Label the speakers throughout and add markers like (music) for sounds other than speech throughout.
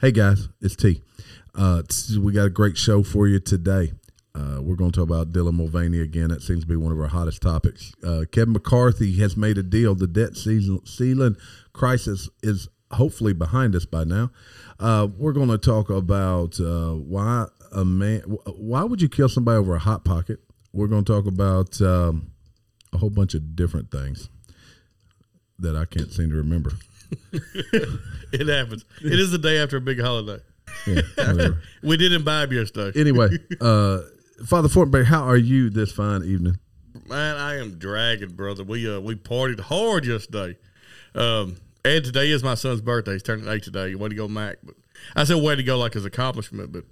Speaker 1: Hey guys, it's T. Uh, t- we got a great show for you today. Uh, we're going to talk about Dylan Mulvaney again. That seems to be one of our hottest topics. Uh, Kevin McCarthy has made a deal. The debt season, ceiling crisis is hopefully behind us by now. Uh, we're going to talk about uh, why a man, wh- why would you kill somebody over a hot pocket? We're going to talk about um, a whole bunch of different things that I can't seem to remember.
Speaker 2: (laughs) It happens. It is the day after a big holiday.
Speaker 1: Yeah, whatever.
Speaker 2: We did imbibe yesterday.
Speaker 1: anyway, uh, Father Fortenberry, how are you this fine evening?
Speaker 2: Man, I am dragging, brother. We uh we partied hard yesterday. Um and today is my son's birthday. He's turning eight today. Way to go, Mac. But I said way to go like his accomplishment, but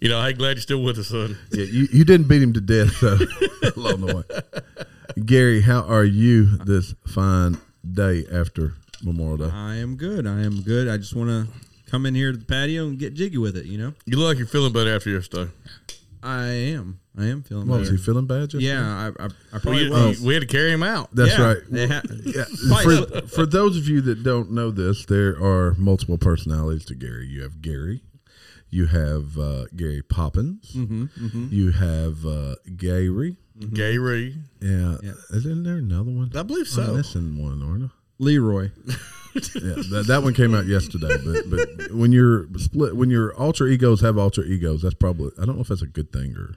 Speaker 2: you know, hey, glad you're still with us, son.
Speaker 1: Yeah, you, you didn't beat him to death so (laughs) along the way. Gary, how are you this fine day after Memorial Day?
Speaker 3: I am good. I am good. I just want to come in here to the patio and get jiggy with it. You know,
Speaker 2: You look like you're feeling better after yesterday.
Speaker 3: I am. I am feeling
Speaker 1: What was
Speaker 3: better.
Speaker 1: he feeling bad? Just
Speaker 3: yeah, I, I, I
Speaker 2: We,
Speaker 3: probably
Speaker 2: we-
Speaker 3: was.
Speaker 2: we had to carry him out.
Speaker 1: Oh, that's
Speaker 3: Yeah,
Speaker 1: right.
Speaker 3: it ha-
Speaker 1: (laughs) Yeah,
Speaker 3: Twice.
Speaker 1: for, for those of you that don't know this, there are multiple personalities to Gary. You have Gary, you have uh, Gary Poppins, you have uh, Gary.
Speaker 2: Mm-hmm. Gary.
Speaker 1: Yeah, isn't there another one?
Speaker 2: I believe
Speaker 3: Oh,
Speaker 1: I'm
Speaker 2: so.
Speaker 1: missing one, aren't I?
Speaker 3: Leroy.
Speaker 1: Yeah, that, that one came out yesterday. But, but when you're split, when your alter egos have alter egos, that's probably I don't know if that's a good thing or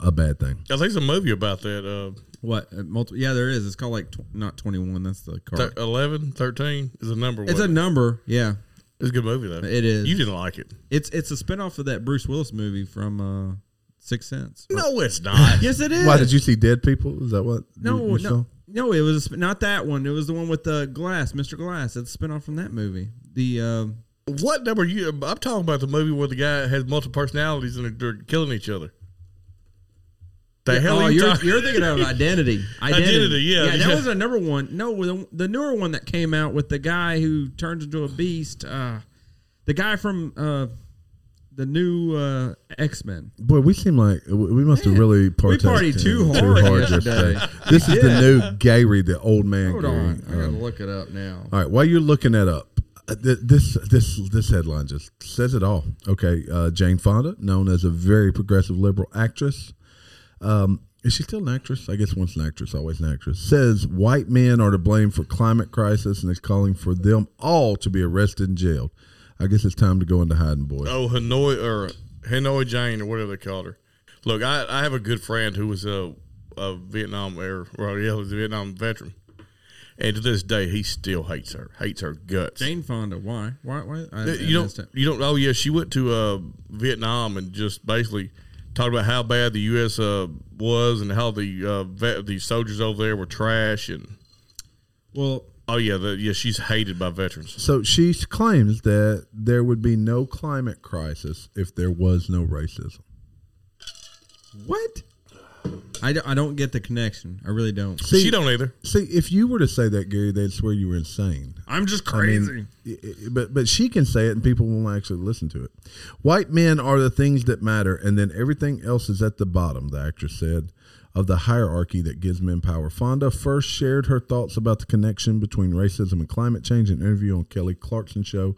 Speaker 1: a bad thing.
Speaker 2: I think it's a movie about that. Uh,
Speaker 3: What? Uh, multi- yeah, there is. It's called like tw- not twenty one. That's the
Speaker 2: th-
Speaker 3: card.
Speaker 2: 11, 13 is the number one.
Speaker 3: It's a number. Yeah,
Speaker 2: it's a good movie, though.
Speaker 3: it is.
Speaker 2: You didn't like it.
Speaker 3: it's it's a spinoff of that Bruce Willis movie from uh, Sixth Sense.
Speaker 2: No, (laughs) it's not.
Speaker 3: Yes, it is.
Speaker 1: Why did you see dead people? Is that what? you,
Speaker 3: No,
Speaker 1: you saw?
Speaker 3: no, no. It was a sp- not that one. It was the one with the glass, Mr. Glass. It's a spinoff from that movie. The um,
Speaker 2: What number you? I'm talking about the movie where the guy has multiple personalities and they're, they're killing each other. The
Speaker 3: Yeah,
Speaker 2: hell
Speaker 3: oh,
Speaker 2: are you
Speaker 3: you're,
Speaker 2: talking?
Speaker 3: you're thinking
Speaker 2: (laughs)
Speaker 3: of identity. Identity,
Speaker 2: Identity, yeah,
Speaker 3: that
Speaker 2: yeah.
Speaker 3: was a number one. No, the, the newer one that came out with the guy who turns into a beast. Uh, the guy from uh, the new uh, X Men.
Speaker 1: Boy, we seem like we we must have really parted
Speaker 3: partied too hard yesterday.
Speaker 1: This is the new Gary, the old man.
Speaker 3: Hold
Speaker 1: Gary.
Speaker 3: on, I gotta
Speaker 1: Um,
Speaker 3: look it up now.
Speaker 1: All right, while you're looking that up, uh, th- this this this headline just says it all. Okay, uh, Jane Fonda, known as a very progressive liberal actress, um, is she still an actress? I guess once an actress, always an actress. Says white men are to blame for climate crisis and is calling for them all to be arrested and jailed. I guess it's time to go into hiding, boy.
Speaker 2: oh, Hanoi or Hanoi Jane or whatever they called her. Look, I, I have a good friend who was a, a Vietnam air, well, yeah, he was a Vietnam veteran, and to this day he still hates her, hates her guts.
Speaker 3: Jane Fonda. Why? Why? Why? I, I
Speaker 2: you
Speaker 3: missed
Speaker 2: don't
Speaker 3: it.
Speaker 2: you don't oh yeah she went to uh, Vietnam and just basically talked about how bad the U.S. Uh, was and how the uh, vet, the soldiers over there were trash and
Speaker 3: Well,
Speaker 2: oh yeah the, yeah she's hated by veterans
Speaker 1: So she claims that there would be no climate crisis if there was no racism.
Speaker 3: what? I, don't- I don't get the connection. I really don't.
Speaker 1: See,
Speaker 2: she don't either
Speaker 1: see if you were to say that, Gary, they'd swear you were insane.
Speaker 3: I'm just
Speaker 1: I mean, i- i- but but she can say it, and people will actually listen to it. White men are the things that matter, and then everything else is at the bottom. The actress said of the hierarchy that gives men power. Fonda first shared her thoughts about the connection between racism and climate change in an interview on Kelly Clarkson show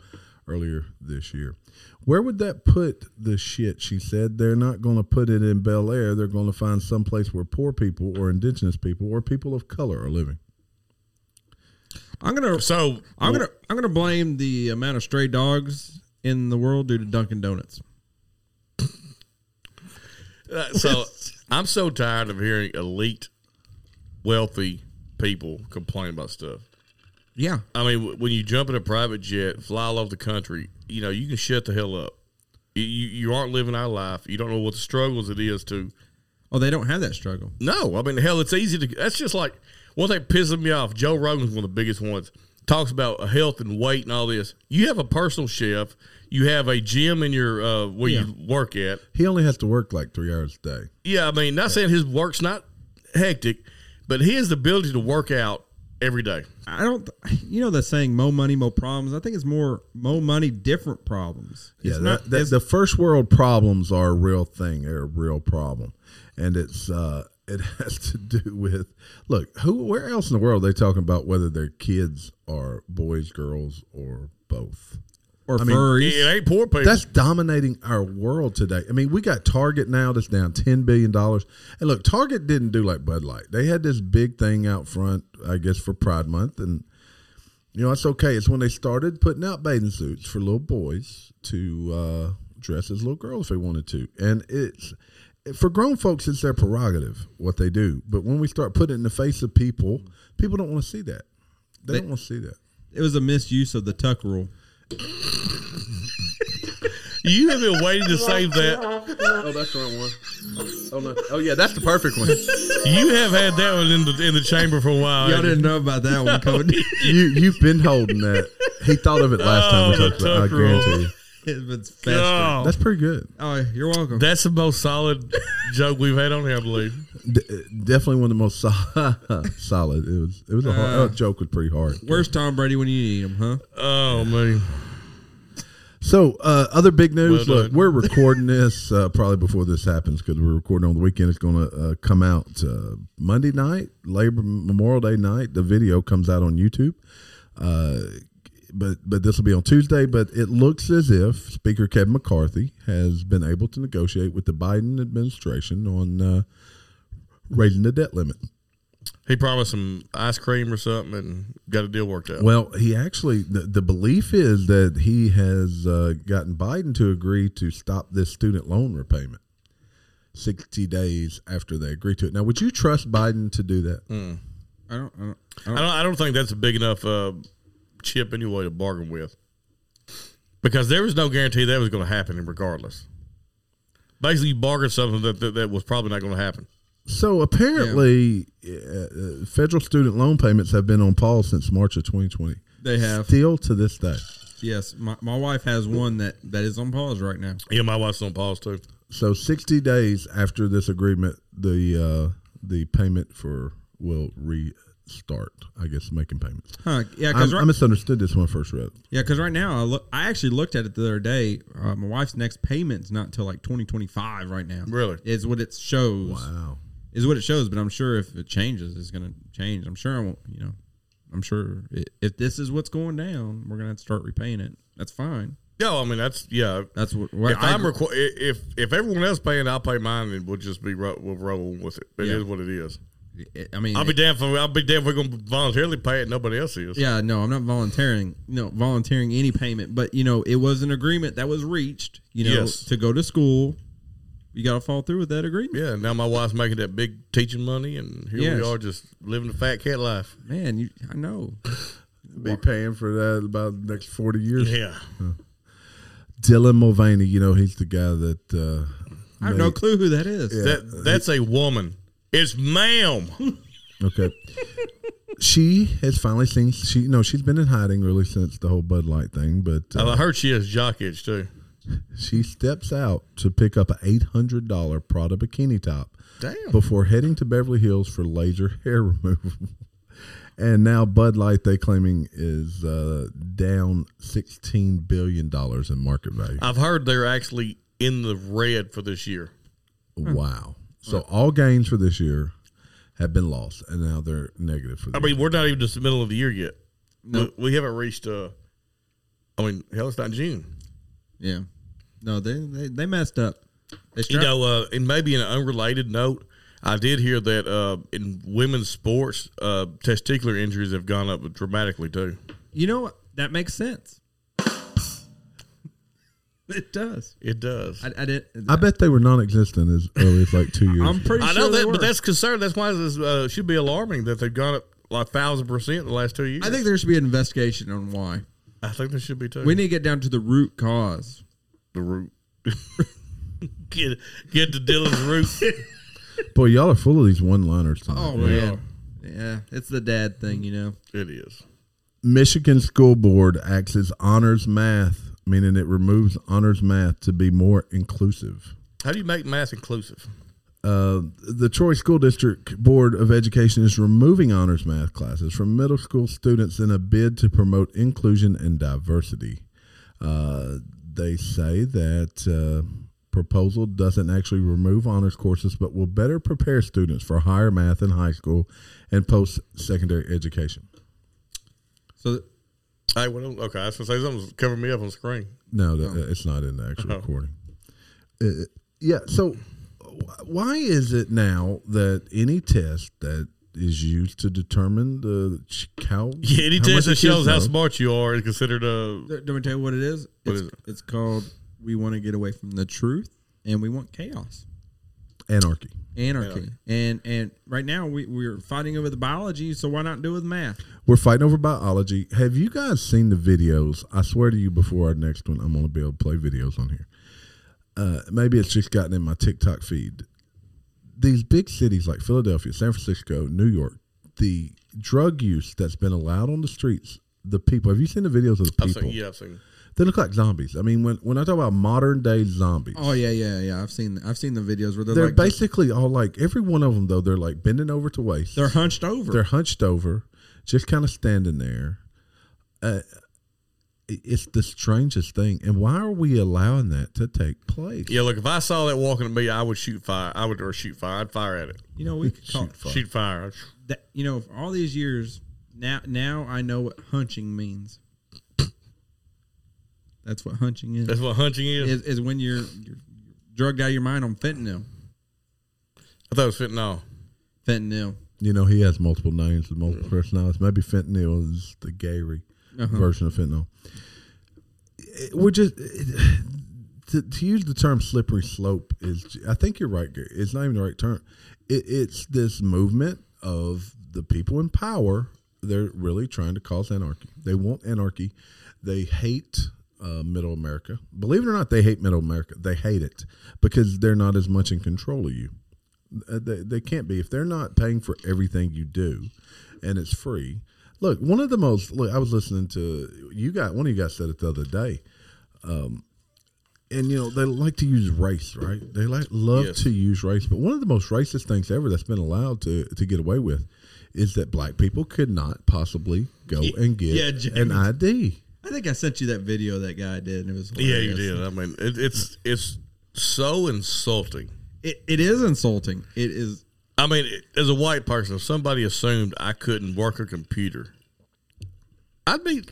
Speaker 1: earlier this year. Where would that put the shit? She said they're not going to put it in Bel Air. They're going to find some place where poor people or indigenous people or people of color are living.
Speaker 3: I'm gonna
Speaker 2: so
Speaker 3: I'm gonna I'm gonna blame the amount of stray dogs in the world due to Dunkin' Donuts.
Speaker 2: Uh, so I'm so tired of hearing elite wealthy people complain about stuff
Speaker 3: Yeah,
Speaker 2: I mean, w- when you jump in a private jet, fly all over the country, you know, you can shut the hell up. You, you, you aren't living our life. You don't know what the struggles it is to.
Speaker 3: Oh, they don't have that struggle.
Speaker 2: No, I mean, hell, it's easy to. That's just like one thing pisses me off. Joe Rogan's one of the biggest ones. Talks about health and weight and all this. You have a personal chef. You have a gym in your uh, where you work at.
Speaker 1: He only has to work like three hours a day.
Speaker 2: Yeah, I mean, not saying his work's not hectic, but he has the ability to work out every day.
Speaker 3: I don't. You know the saying, "Mo money, mo problems." I think it's more "mo money, different problems."
Speaker 1: Yeah,
Speaker 3: It's
Speaker 1: that,
Speaker 3: not-
Speaker 1: that-
Speaker 3: it's-
Speaker 1: the first world problems are a real thing. They're a real problem, and it's uh, (laughs) it has to do with look who where else in the world are they talking about whether their kids are boys, girls, or both.
Speaker 3: or
Speaker 1: I mean,
Speaker 3: furries.
Speaker 2: It ain't poor people.
Speaker 1: That's dominating our world today. I mean, we got Target now that's down ten billion dollars. And look, Target didn't do like Bud Light. They had this big thing out front, I guess, for Pride Month, and you know it's okay. It's when they started putting out bathing suits for little boys to uh, dress as little girls if they wanted to, and it's for grown folks it's their prerogative what they do. But when we start putting it in the face of people, people don't want to see that. They, don't want to see that.
Speaker 3: It was a misuse of the tuck rule.
Speaker 2: you have been waiting to say that.
Speaker 1: Oh, that's the wrong one. Oh no. Oh yeah, that's the perfect one.
Speaker 2: You have had that one in the in the chamber for a while.
Speaker 3: Y'all
Speaker 2: ain't you?
Speaker 3: didn't know about that one, Cody. (laughs)
Speaker 1: you you've been holding that. He thought of it last time we
Speaker 2: Oh,
Speaker 1: talked about. it, I
Speaker 2: the tuck roll.
Speaker 1: guarantee you.
Speaker 3: it's been festering.
Speaker 2: Oh,
Speaker 1: That's pretty good.
Speaker 3: Oh, you're welcome.
Speaker 2: that's the most solid joke we've had on here, I believe.
Speaker 1: D- definitely one of the most (laughs) sol- solid. It was it was a hard,
Speaker 3: Uh,
Speaker 1: that joke was pretty hard.
Speaker 3: Where's Tom Brady when you need him, huh?
Speaker 2: Oh man,
Speaker 1: So uh, other big news.
Speaker 2: Well
Speaker 1: look,
Speaker 2: done.
Speaker 1: we're recording this uh, probably before this happens because we're recording on the weekend. It's going to uh, come out uh, Monday night, Labor Memorial Day night. The video comes out on YouTube. Uh, but but this will be on Tuesday. But it looks as if Speaker Kevin McCarthy has been able to negotiate with the Biden administration on uh, raising the debt limit.
Speaker 2: he promised some ice cream or something and got a deal worked out.
Speaker 1: Well, he actually the, the belief is that he has uh, gotten Biden to agree to stop this student loan repayment sixty days after they agree to it. Now, would you trust Biden to do that?
Speaker 3: Mm. I don't. I don't, I
Speaker 2: I
Speaker 3: don't
Speaker 2: don't. I don't think that's a big enough uh, chip anyway to bargain with, because there was no guarantee that was going to happen, regardless. Basically, you bargained something that that, that was probably not going to happen.
Speaker 1: So apparently, uh, uh, federal student loan payments have been on pause since March of 2020.
Speaker 3: they have.
Speaker 1: Still to this day.
Speaker 3: Yes, my, my wife has one that that is on pause right now.
Speaker 2: Yeah, my wife's on pause too.
Speaker 1: So sixty days after this agreement, the uh, the payment for will restart. I guess making payments.
Speaker 3: Huh? Yeah,
Speaker 1: I'm-
Speaker 3: because
Speaker 1: I
Speaker 3: right,
Speaker 1: misunderstood this when I first read. it.
Speaker 3: yeah, 'cause right now I look. I actually looked at it the other day. Uh, my wife's next payment's not till like 2025 right now.
Speaker 2: Really?
Speaker 3: is what it shows.
Speaker 1: Wow.
Speaker 3: Is what it shows. But I'm sure if it changes, it's going to change. I'm sure I won't. You know, I'm sure i if this is what's going down, we're going to have to start repaying it. That's fine.
Speaker 2: Yeah, I mean that's yeah.
Speaker 3: That's what. what
Speaker 2: if
Speaker 3: I
Speaker 2: I'm
Speaker 3: agree-
Speaker 2: requ- if if everyone else paying, I'll pay mine, and we'll just be ro- we'll roll with it. It is
Speaker 3: Yeah.
Speaker 2: what it is.
Speaker 3: I mean,
Speaker 2: I'll be damned if I'll be damned if we're going to voluntarily pay it. Nobody else is.
Speaker 3: Yeah, no, I'm not volunteering. No, volunteering any payment, but you know, it was an agreement that was reached. You know,
Speaker 2: Yes.
Speaker 3: to go to school, you got to fall through with that agreement.
Speaker 2: Yeah, now my wife's making that big teaching money, and here
Speaker 3: Yes.
Speaker 2: we are just living the fat cat life.
Speaker 3: Man, you, I know.
Speaker 1: be paying for that about the next 40 years.
Speaker 2: Yeah,
Speaker 1: Dylan Mulvaney, you know, he's the guy that. Uh,
Speaker 3: I have no clue who that is.
Speaker 2: that that's a woman. It's ma'am. (laughs)
Speaker 1: (laughs) okay. she has finally seen. She No, she's been in hiding really since the whole Bud Light thing, but uh,
Speaker 2: I heard she has jock itch too.
Speaker 1: she steps out to pick up an $800 Prada bikini top
Speaker 2: Damn.
Speaker 1: before heading to Beverly Hills for laser (laughs) hair removal. And now Bud Light, they claiming is uh, down sixteen billion dollars in market value.
Speaker 2: I've heard they're actually in the red for this year.
Speaker 3: Hmm.
Speaker 1: Wow! So all gains for this year have been lost, and now they're negative for. The
Speaker 2: I mean, we're not even just the middle of the year yet. We, we haven't reached. Uh, I mean, hell, it's not June.
Speaker 3: Yeah, no, they they, they messed up. They
Speaker 2: You
Speaker 3: stri-
Speaker 2: know, uh, and maybe in an unrelated note, I did hear that uh, in women's sports, uh, testicular injuries have gone up dramatically too.
Speaker 3: you know what? That makes sense. (laughs) it does.
Speaker 2: It does.
Speaker 3: I, I didn't.
Speaker 1: I bet they were non-existent as early as like two years.
Speaker 3: (laughs) I'm
Speaker 1: ago.
Speaker 3: pretty.
Speaker 2: I
Speaker 3: sure
Speaker 2: know
Speaker 3: they
Speaker 2: that,
Speaker 3: were.
Speaker 2: but that's concerned. That's why this uh, should be alarming that they've gone up like thousand percent in the last two years.
Speaker 3: I think there should be an investigation on why.
Speaker 2: I think there should be too.
Speaker 3: We need to get down to the root cause.
Speaker 2: the root. (laughs) get get to Dylan's root.
Speaker 1: Boy, y'all are full of these one-liners. Tonight.
Speaker 3: Oh man, yeah, it's the dad thing, you know.
Speaker 2: (laughs) it is.
Speaker 1: Michigan School Board acts as honors math, meaning it removes honors math to be more inclusive.
Speaker 2: How do you make math inclusive?
Speaker 1: Uh, the Troy School District Board of Education is removing honors math classes from middle school students in a bid to promote inclusion and diversity. Uh, they say that uh, proposal doesn't actually remove honors courses, but will better prepare students for higher math in high school and post secondary education.
Speaker 3: So
Speaker 2: Hey, what, else- okay, I was gonna say something's covering me up on the screen.
Speaker 1: No, th- it's not in the actual
Speaker 2: Oh.
Speaker 1: recording. Uh, yeah. So, wh- why is it now that any test that is used to determine the ch- cow?
Speaker 2: Yeah, any
Speaker 1: how much
Speaker 2: test
Speaker 1: the
Speaker 2: that shows
Speaker 1: kids
Speaker 2: how
Speaker 1: know?
Speaker 2: smart you are is considered uh, a.
Speaker 3: Let me tell you what it is.
Speaker 2: What
Speaker 3: it's,
Speaker 2: is it?
Speaker 3: it's called We Want to Get Away from the Truth and We Want Chaos.
Speaker 1: anarchy.
Speaker 3: Anarchy. And and right now we, we're fighting over the biology, so why not do it with math?
Speaker 1: We're fighting over biology. Have you guys seen the videos? I swear to you, before our next one, I'm going to be able to play videos on here. Uh, maybe it's just gotten in my TikTok feed. These big cities like Philadelphia, San Francisco, New York, the drug use that's been allowed on the streets, the people. Have you seen the videos of the
Speaker 2: I've seen,
Speaker 1: people?
Speaker 2: yeah, I've seen.
Speaker 1: They look like zombies. I mean, when, when I talk about modern day zombies,
Speaker 3: Oh yeah, yeah, yeah. I've seen I've seen the videos where they're,
Speaker 1: they're
Speaker 3: like
Speaker 1: basically all like, every one of them, though, they're like bending over to waist.
Speaker 3: they're hunched over.
Speaker 1: They're hunched over, just kind of standing there. Uh, it- it's the strangest thing. And why are we allowing that to take place?
Speaker 2: Yeah, look, if I saw that walking at me, I would shoot fire. I would or shoot fire. I'd fire at it.
Speaker 3: you know, we could call
Speaker 1: Shoot fire.
Speaker 2: Shoot fire.
Speaker 3: that you know, for all these years, now now I know what hunching means. That's what hunching is.
Speaker 2: That's what hunching is.
Speaker 3: Is, is when you're, you're drugged out of your mind on fentanyl.
Speaker 2: I thought it was fentanyl.
Speaker 3: Fentanyl.
Speaker 1: You know, he has multiple names and multiple personalities. Maybe fentanyl is the Gary version of fentanyl. It- We're just. it- to, to use the term slippery slope is I think you're right. Gary. It's not even the right term. It, it's this movement of the people in power. They're really trying to cause anarchy. They want anarchy. They hate uh, middle America. Believe it or not, they hate middle America. They hate it because they're not as much in control of you. Uh, They, they can't be if they're not paying for everything you do, and it's free. Look, one of the most look. I was listening to you got one of you guys said it the other day um, and you know they like to use race, right? They like love
Speaker 2: Yes.
Speaker 1: to use race, but one of the most racist things ever that's been allowed to to get away with is that black people could not possibly go and get
Speaker 2: yeah, James.
Speaker 1: an ID.
Speaker 3: I think I sent you that video that guy did, and it was
Speaker 2: Yeah, you
Speaker 3: hilarious.
Speaker 2: did. I mean, it, it's it's so insulting.
Speaker 3: It, it is insulting. It is.
Speaker 2: I mean, it- as a white person, if somebody assumed I couldn't work a computer, I'd be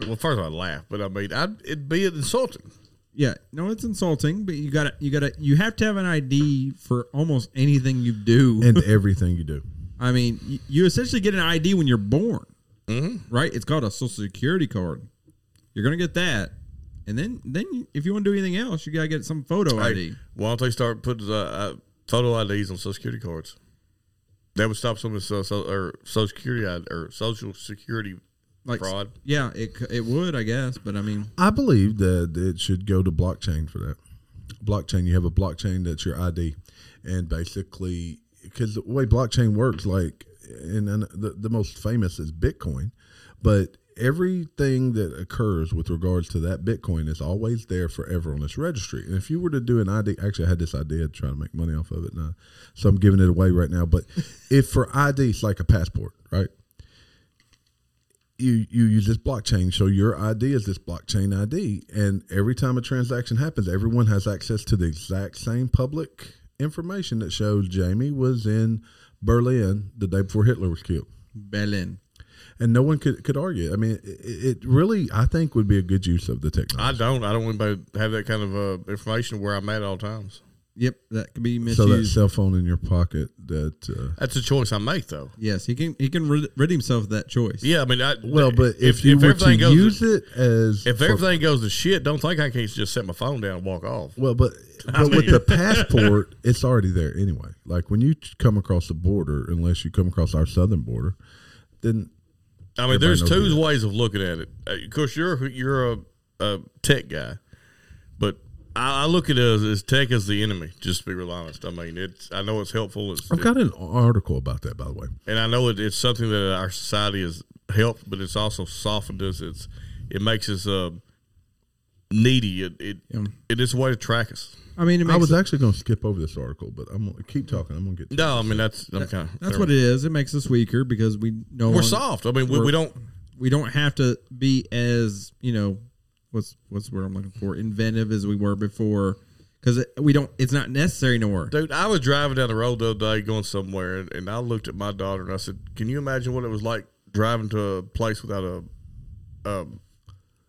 Speaker 2: well. First, I'd laugh, but I mean, I'd it'd be insulting.
Speaker 3: Yeah, no, it's insulting. But you got to you got to you have to have an ID for almost anything you do.
Speaker 1: And everything you do,
Speaker 3: I mean, you, you essentially get an ID when you're born,
Speaker 2: Mm-hmm.
Speaker 3: right? It's called a social security card. You're gonna get that, and then then you- if you want to do anything else, you gotta get some photo ID.
Speaker 2: Hey, why don't they start putting uh, uh, photo IDs on Social Security cards? That would stop some of the so, so, or Social Security I- or Social Security
Speaker 3: Like
Speaker 2: fraud.
Speaker 3: Yeah, it c- it would, I guess. But I mean,
Speaker 1: I believe that it should go to blockchain for that. Blockchain, you have a blockchain that's your ID, and basically, because the way blockchain works, like, and, and the the most famous is Bitcoin, but everything that occurs with regards to that Bitcoin is always there forever on this registry. And if you were to do an ID, actually, I had this idea to try to make money off of it, now, so I'm giving it away right now. But (laughs) if for ID, it's like a passport, right? you you use this blockchain. So your ID is this blockchain ID, and every time a transaction happens, everyone has access to the exact same public information that shows Jamie was in Berlin the day before Hitler was killed,
Speaker 3: Berlin.
Speaker 1: and no one could could argue. I mean, it, it really I think would be a good use of the technology.
Speaker 2: I don't. I don't want anybody to have that kind of uh, information where I'm at all times.
Speaker 3: Yep, that could be
Speaker 1: so that
Speaker 3: misused.
Speaker 1: cell phone in your pocket that. Uh,
Speaker 2: That's a choice I make, though.
Speaker 3: yes, he can he can rid, rid himself of that choice.
Speaker 2: Yeah, I mean, I,
Speaker 1: well, but if, you were to
Speaker 2: everything goes
Speaker 1: use it as
Speaker 2: if
Speaker 1: for-
Speaker 2: everything goes to shit, don't think I can't just set my phone down and walk off.
Speaker 1: Well,
Speaker 3: (laughs)
Speaker 1: but, but with the passport, it's already there anyway. Like when you ch- come across the border, unless you come across our southern border, then
Speaker 2: I mean, there's
Speaker 1: Everybody knows
Speaker 2: two ways of looking at it. Uh, Of course, you're you're a, a tech guy, but I, I look at it as, as tech as the enemy. Just to be real honest, I mean, it's I know it's helpful, it's,
Speaker 1: I've got an article about that, by the way.
Speaker 2: and I know it, it's something that our society has helped, but it's also softened us. It's it makes us uh, needy. It it, it is a way to track us.
Speaker 3: I mean, it
Speaker 1: I
Speaker 3: makes
Speaker 1: was actually going to skip over this article, but I'm gonna keep talking. I'm going to get.
Speaker 2: No, I mean that's I'm kind of,
Speaker 3: that's what it is. It makes us weaker because we no
Speaker 2: We're
Speaker 3: longer-
Speaker 2: soft. I mean, we, we
Speaker 3: We're-
Speaker 2: don't
Speaker 3: we don't have to be as you know what's what's the word I'm looking for inventive as we were before because we don't it's not necessary anymore.
Speaker 2: Dude, I was driving down the road the other day going somewhere, and, and I looked at my daughter and I said, "Can you imagine what it was like driving to a place without a, um,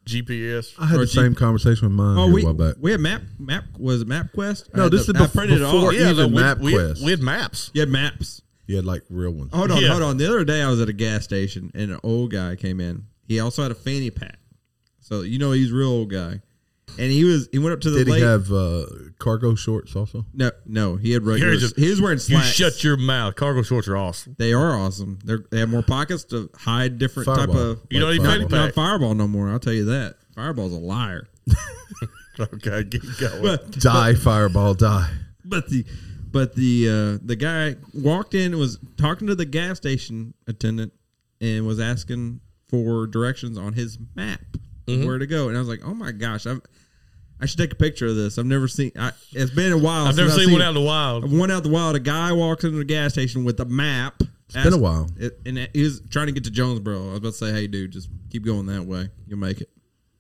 Speaker 2: GPS.
Speaker 1: I had
Speaker 3: Or
Speaker 1: the
Speaker 3: G-
Speaker 1: same conversation with mine
Speaker 3: Oh,
Speaker 1: here
Speaker 3: we
Speaker 1: a while back.
Speaker 3: we had map map was it MapQuest. I
Speaker 1: No,
Speaker 3: had
Speaker 1: this
Speaker 3: the-
Speaker 1: is
Speaker 3: I
Speaker 1: bef-
Speaker 3: printed it
Speaker 1: before
Speaker 3: off.
Speaker 1: even
Speaker 2: no, we-
Speaker 1: MapQuest.
Speaker 2: We, we had maps.
Speaker 3: You had maps.
Speaker 1: You had like real ones.
Speaker 3: Hold on,
Speaker 2: Yeah.
Speaker 3: hold on. The other day I was at a gas station and an old guy came in. He also had a fanny pack. So you know he's a real old guy. And he was he went up to the
Speaker 1: Did
Speaker 3: lake.
Speaker 1: he have uh, cargo shorts also?
Speaker 3: no no, he had
Speaker 2: You're
Speaker 3: regular
Speaker 2: just-
Speaker 3: he was wearing
Speaker 2: You
Speaker 3: slacks.
Speaker 2: shut your mouth. Cargo shorts are awesome. (laughs)
Speaker 3: they are awesome. They're, they have more pockets to hide different type
Speaker 1: Fireball.
Speaker 3: of
Speaker 2: You don't even
Speaker 1: Fireball.
Speaker 2: need
Speaker 3: not
Speaker 2: pack.
Speaker 3: fireball no more, I'll tell you that. Fireball's a liar.
Speaker 2: Okay, get going.
Speaker 1: Die, fireball, die.
Speaker 3: But the but the uh, the guy walked in and was talking to the gas station attendant and was asking for directions on his map
Speaker 2: Mm-hmm.
Speaker 3: where to go. And I was like, oh my gosh, I've, I should take a picture of this. I've never seen. I, it's been a while.
Speaker 2: I've
Speaker 3: since
Speaker 2: never seen one out in the
Speaker 3: I've
Speaker 2: wild.
Speaker 3: one out the wild. A guy walks into the gas station with a map. It's
Speaker 1: been a while.
Speaker 3: and he was trying to get to Jonesboro. I was about to say, hey, dude, just keep going that way. You'll make it.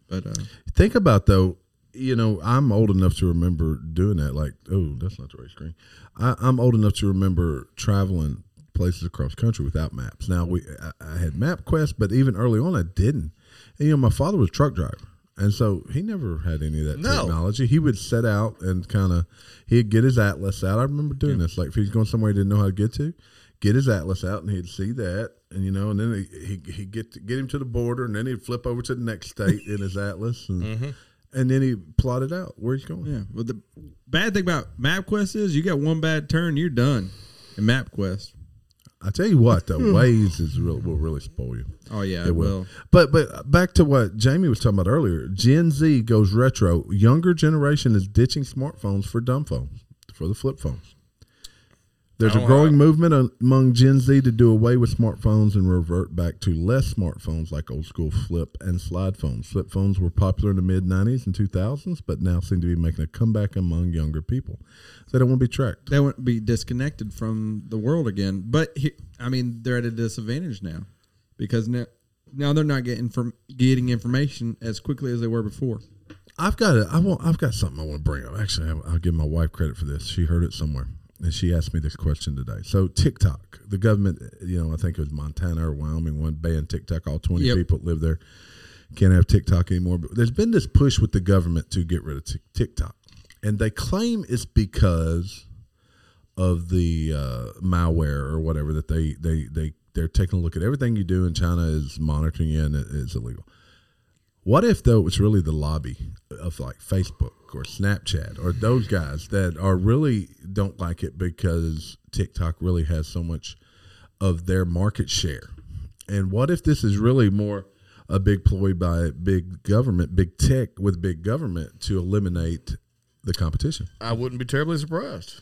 Speaker 3: But uh,
Speaker 1: Think about though, you know, I'm old enough to remember doing that. Like, oh, that's not the right screen. I, I'm old enough to remember traveling places across country without maps. Now we, I, I had MapQuest, but even early on, I didn't. And, you know, my father was a truck driver. And so he never had any of that
Speaker 2: No.
Speaker 1: technology. He would set out and kind of he'd get his atlas out. I remember doing this. Like if he's going somewhere he didn't know how to get to, get his atlas out and he'd see that, and you know, and then he he he'd get to, get him to the border, and then he'd flip over to the next state in his atlas, and and then he plotted out where he's going.
Speaker 3: Yeah, but the bad thing about MapQuest is you got one bad turn, you're done. In MapQuest,
Speaker 1: I tell you what, though, Waze is real, will really spoil you.
Speaker 3: oh yeah,
Speaker 1: It
Speaker 3: it
Speaker 1: will.
Speaker 3: will.
Speaker 1: But but back to what Jamie was talking about earlier. Gen Z goes retro. Younger generation is ditching smartphones for dumb phones, for the flip phones. There's a
Speaker 2: I don't
Speaker 1: growing movement among Gen Z to do away with smartphones and revert back to less smartphones like old school flip and slide phones. Flip phones were popular in the mid 90s and 2000s, but now seem to be making a comeback among younger people. They don't want to be tracked.
Speaker 3: They won't be disconnected from the world again. But he, I mean, they're at a disadvantage now because now, now they're not getting from getting information as quickly as they were before.
Speaker 1: I've got a, I want, I've got something I want to bring up. Actually, I'll, I'll give my wife credit for this. She heard it somewhere, and she asked me this question today. So TikTok, the government, you know, I think it was Montana or Wyoming, one banned TikTok. All twenty
Speaker 3: Yep.
Speaker 1: people that live there can't have TikTok anymore. But there's been this push with the government to get rid of Tik TikTok, and they claim it's because of the uh, malware or whatever that they they they they're taking a look at everything you do, and China is monitoring you, and it- it's illegal. What if though it's really the lobby of like Facebook or Snapchat or those guys that are really don't like it because TikTok really has so much of their market share? And what if this is really more a big ploy by big government, big tech with big government to eliminate the competition?
Speaker 2: I wouldn't be terribly surprised.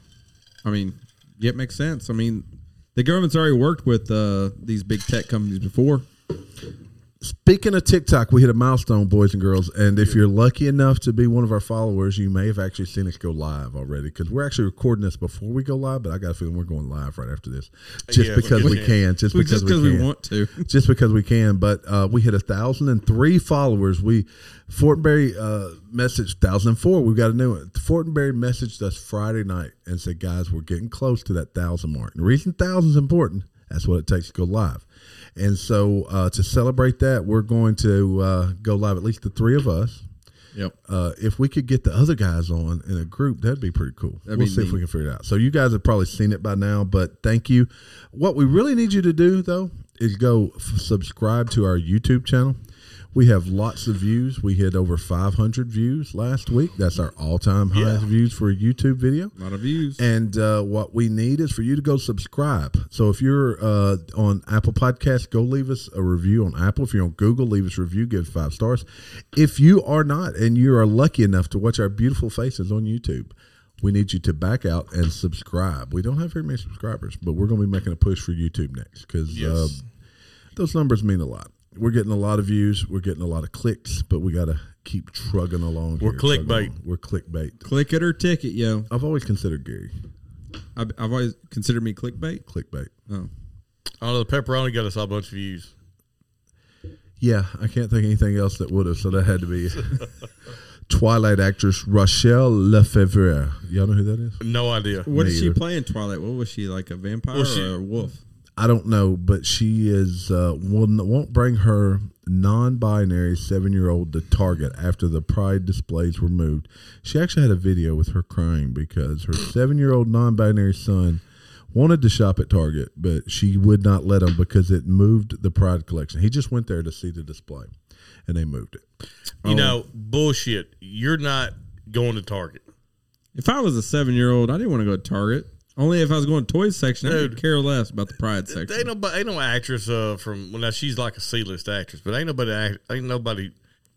Speaker 3: I mean, yeah, it makes sense. I mean, the government's already worked with uh, these big tech companies before.
Speaker 1: Speaking of TikTok, we hit a milestone, boys and girls. And if you're lucky enough to be one of our followers, you may have actually seen us go live already because we're actually recording this before we go live. But I got a feeling we're going live right after this, just
Speaker 3: Uh,
Speaker 2: Yeah,
Speaker 1: because
Speaker 2: we
Speaker 1: we
Speaker 2: can.
Speaker 1: can, just because
Speaker 3: just
Speaker 1: we
Speaker 3: because
Speaker 1: can,
Speaker 3: we, want to.
Speaker 1: (laughs) just because we can. But uh, we hit a thousand and three followers. We Fortenberry uh, messaged thousand and four. We've got a new one. Fortenberry messaged us Friday night and said, "Guys, we're getting close to that thousand mark. And the reason thousand's important. That's what it takes to go live." And so, uh, to celebrate that, we're going to uh, go live. At least the three of us.
Speaker 3: Yep.
Speaker 1: Uh, if we could get the other guys on in a group, that'd be pretty cool.
Speaker 3: That'd
Speaker 1: we'll
Speaker 3: be
Speaker 1: see if we can figure it out. So you guys have probably seen it by now, but thank you. What we really need you to do though is go f- subscribe to our YouTube channel. We have lots of views. We hit over 500 views last week. That's our all-time highest views for a YouTube video.
Speaker 3: A lot of views.
Speaker 1: And uh, what we need is for you to go subscribe. So if you're uh, on Apple Podcasts, go leave us a review on Apple. If you're on Google, leave us a review, give us five stars. If you are not and you are lucky enough to watch our beautiful faces on YouTube, we need you to back out and subscribe. We don't have very many subscribers, but we're going to be making a push for YouTube next because uh,
Speaker 2: Yes.
Speaker 1: those numbers mean a lot. We're getting a lot of views, we're getting a lot of clicks, but we got to keep trugging along.
Speaker 2: We're
Speaker 1: here, trugging
Speaker 2: clickbait.
Speaker 1: along. We're clickbait.
Speaker 3: Click it or ticket, yo.
Speaker 1: I've always considered Gary
Speaker 3: I've, I've always considered me clickbait.
Speaker 1: clickbait.
Speaker 2: I
Speaker 3: Oh.
Speaker 2: don't know. The pepperoni got us a bunch of views.
Speaker 1: Yeah, I can't think of anything else that would have, so that had to be (laughs) Twilight actress Rochelle Lefevre. Y'all know who that is?
Speaker 2: No idea.
Speaker 3: What is she
Speaker 1: neither.
Speaker 3: playing Twilight? What was she like a vampire
Speaker 2: Well, she-
Speaker 3: or a wolf?
Speaker 1: I don't know, but she is uh, will won't bring her non-binary seven-year-old to Target after the pride displays were moved. She actually had a video with her crying because her seven-year-old non-binary son wanted to shop at Target, but she would not let him because it moved the pride collection. He just went there to see the display, and they moved it.
Speaker 2: You know, bullshit. You're not going to Target.
Speaker 3: If I was a seven year old, I didn't want to go to Target. Only if I was going to toys section, I
Speaker 2: Dude.
Speaker 3: could care less about the pride section.
Speaker 2: Ain't nobody, ain't no actress uh, from. Well, now she's like a C-list actress, but ain't nobody, act- ain't nobody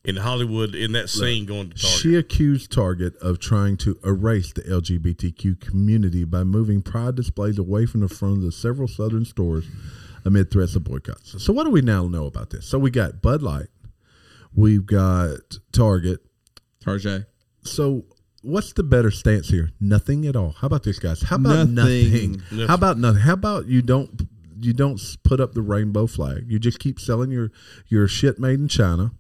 Speaker 2: in Hollywood in that scene going to Target.
Speaker 1: She accused Target of trying to erase the LGBTQ community by moving pride displays away from the front of the several southern stores amid threats of boycotts. So what do we now know about this? So we got Bud Light, we've got Target.
Speaker 3: (laughs) Target.
Speaker 1: So what's the better stance here? Nothing at all. How about this guys? How about nothing?
Speaker 3: Nothing.
Speaker 1: How about nothing? How about you don't you don't put up the rainbow flag. You just keep selling your your shit made in China,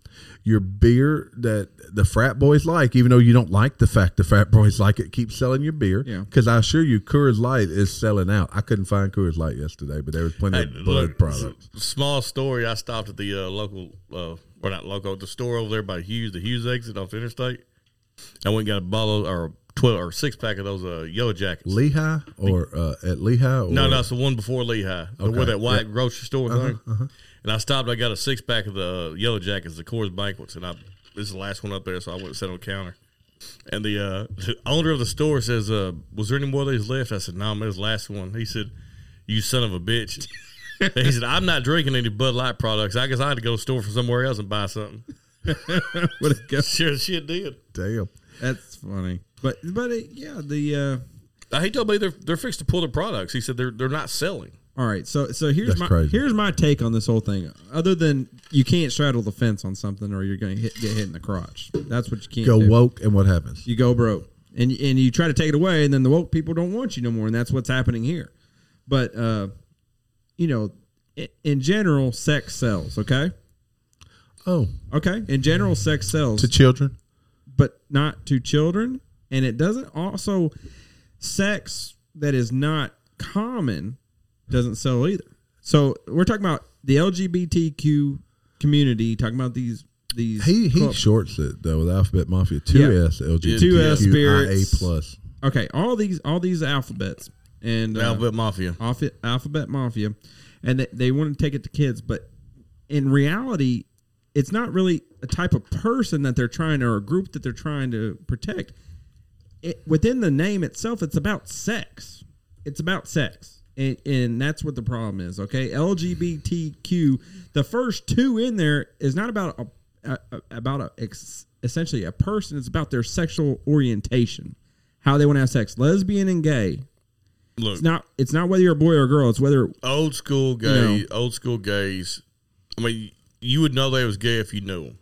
Speaker 1: your beer that the frat boys like, even though you don't like the fact the frat (laughs) boys like it. Keep selling your beer,
Speaker 3: Yeah.
Speaker 1: Because I assure you, Coors Light is selling out. I couldn't find Coors Light yesterday, but there was plenty
Speaker 2: Hey,
Speaker 1: of Bud
Speaker 2: look,
Speaker 1: products.
Speaker 2: s- small story. I stopped at the uh, local, uh, or not local, the store over there by Hughes, the Hughes exit off Interstate. I went and got a bottle or twelve or six pack of those uh, yellow jackets.
Speaker 1: Lehigh or uh, at Lehigh? Or,
Speaker 2: no, no, it's the one before Lehigh, the where
Speaker 1: Okay,
Speaker 2: that white grocery store thing. And I stopped. I got a six pack of the uh, yellow jackets, the Coors Banquets, and I this is the last one up there, so I went and sat on the counter. And the, uh, (laughs) the owner of the store says, uh, "Was there any more of these left?" I said, "No, man, it was the last one." He said, "You son of a (laughs) bitch." he said, "I'm not drinking any Bud Light products. I guess I had to go to the store from somewhere else and buy something."
Speaker 3: Where'd it
Speaker 2: (laughs)
Speaker 3: go?
Speaker 2: Sure, as shit did.
Speaker 1: Damn.
Speaker 3: That's funny. But but uh, yeah, the
Speaker 2: Uh, He told me they're they're fixed to pull their products. He said they're they're not selling.
Speaker 3: uh all right. So so here's
Speaker 1: That's
Speaker 3: my
Speaker 1: crazy.
Speaker 3: here's my take on this whole thing. Other than you can't straddle the fence on something or you're going to hit, get hit in the crotch. That's what you can't
Speaker 1: Go
Speaker 3: do.
Speaker 1: woke, and what happens?
Speaker 3: you go broke and and you try to take it away and then the woke people don't want you no more and that's what's happening here but uh you know i- in general sex sells okay
Speaker 1: Oh,
Speaker 3: okay in general sex sells
Speaker 1: to children.
Speaker 3: but not to children and it doesn't also sex that is not common doesn't sell either so we're talking about the lgbtq community talking about these these
Speaker 1: He he
Speaker 3: clubs.
Speaker 1: shorts it though with Alphabet Mafia two
Speaker 3: Yeah.
Speaker 1: S LGBTQIA
Speaker 3: Two S spirits.
Speaker 1: plus.
Speaker 3: okay all these all these alphabets and uh,
Speaker 2: Alphabet Mafia.
Speaker 3: Alpha, Alphabet Mafia, and they, they want to take it to kids. But in reality, it's not really a type of person that they're trying or a group that they're trying to protect. It, within the name itself, it's about sex. It's about sex. And, and that's what the problem is, okay? LGBTQ, the first two in there is not about a, a, a- about a, ex, essentially a person. It's about their sexual orientation, how they want to have sex. Lesbian and gay,
Speaker 2: Look,
Speaker 3: it's not it's not whether you're a boy or a girl. It's whether
Speaker 2: old school gay, old school gays. I mean, you would know they was gay if you knew them,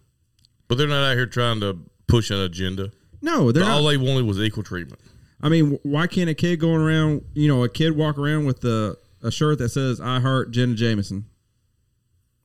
Speaker 2: but they're not out here trying to push an agenda.
Speaker 3: no, they're
Speaker 2: All
Speaker 3: not.
Speaker 2: they wanted was equal treatment.
Speaker 3: I mean, wh- why can't a kid going around? You know, a kid walk around with a, a shirt that says "I heart Jenna Jameson"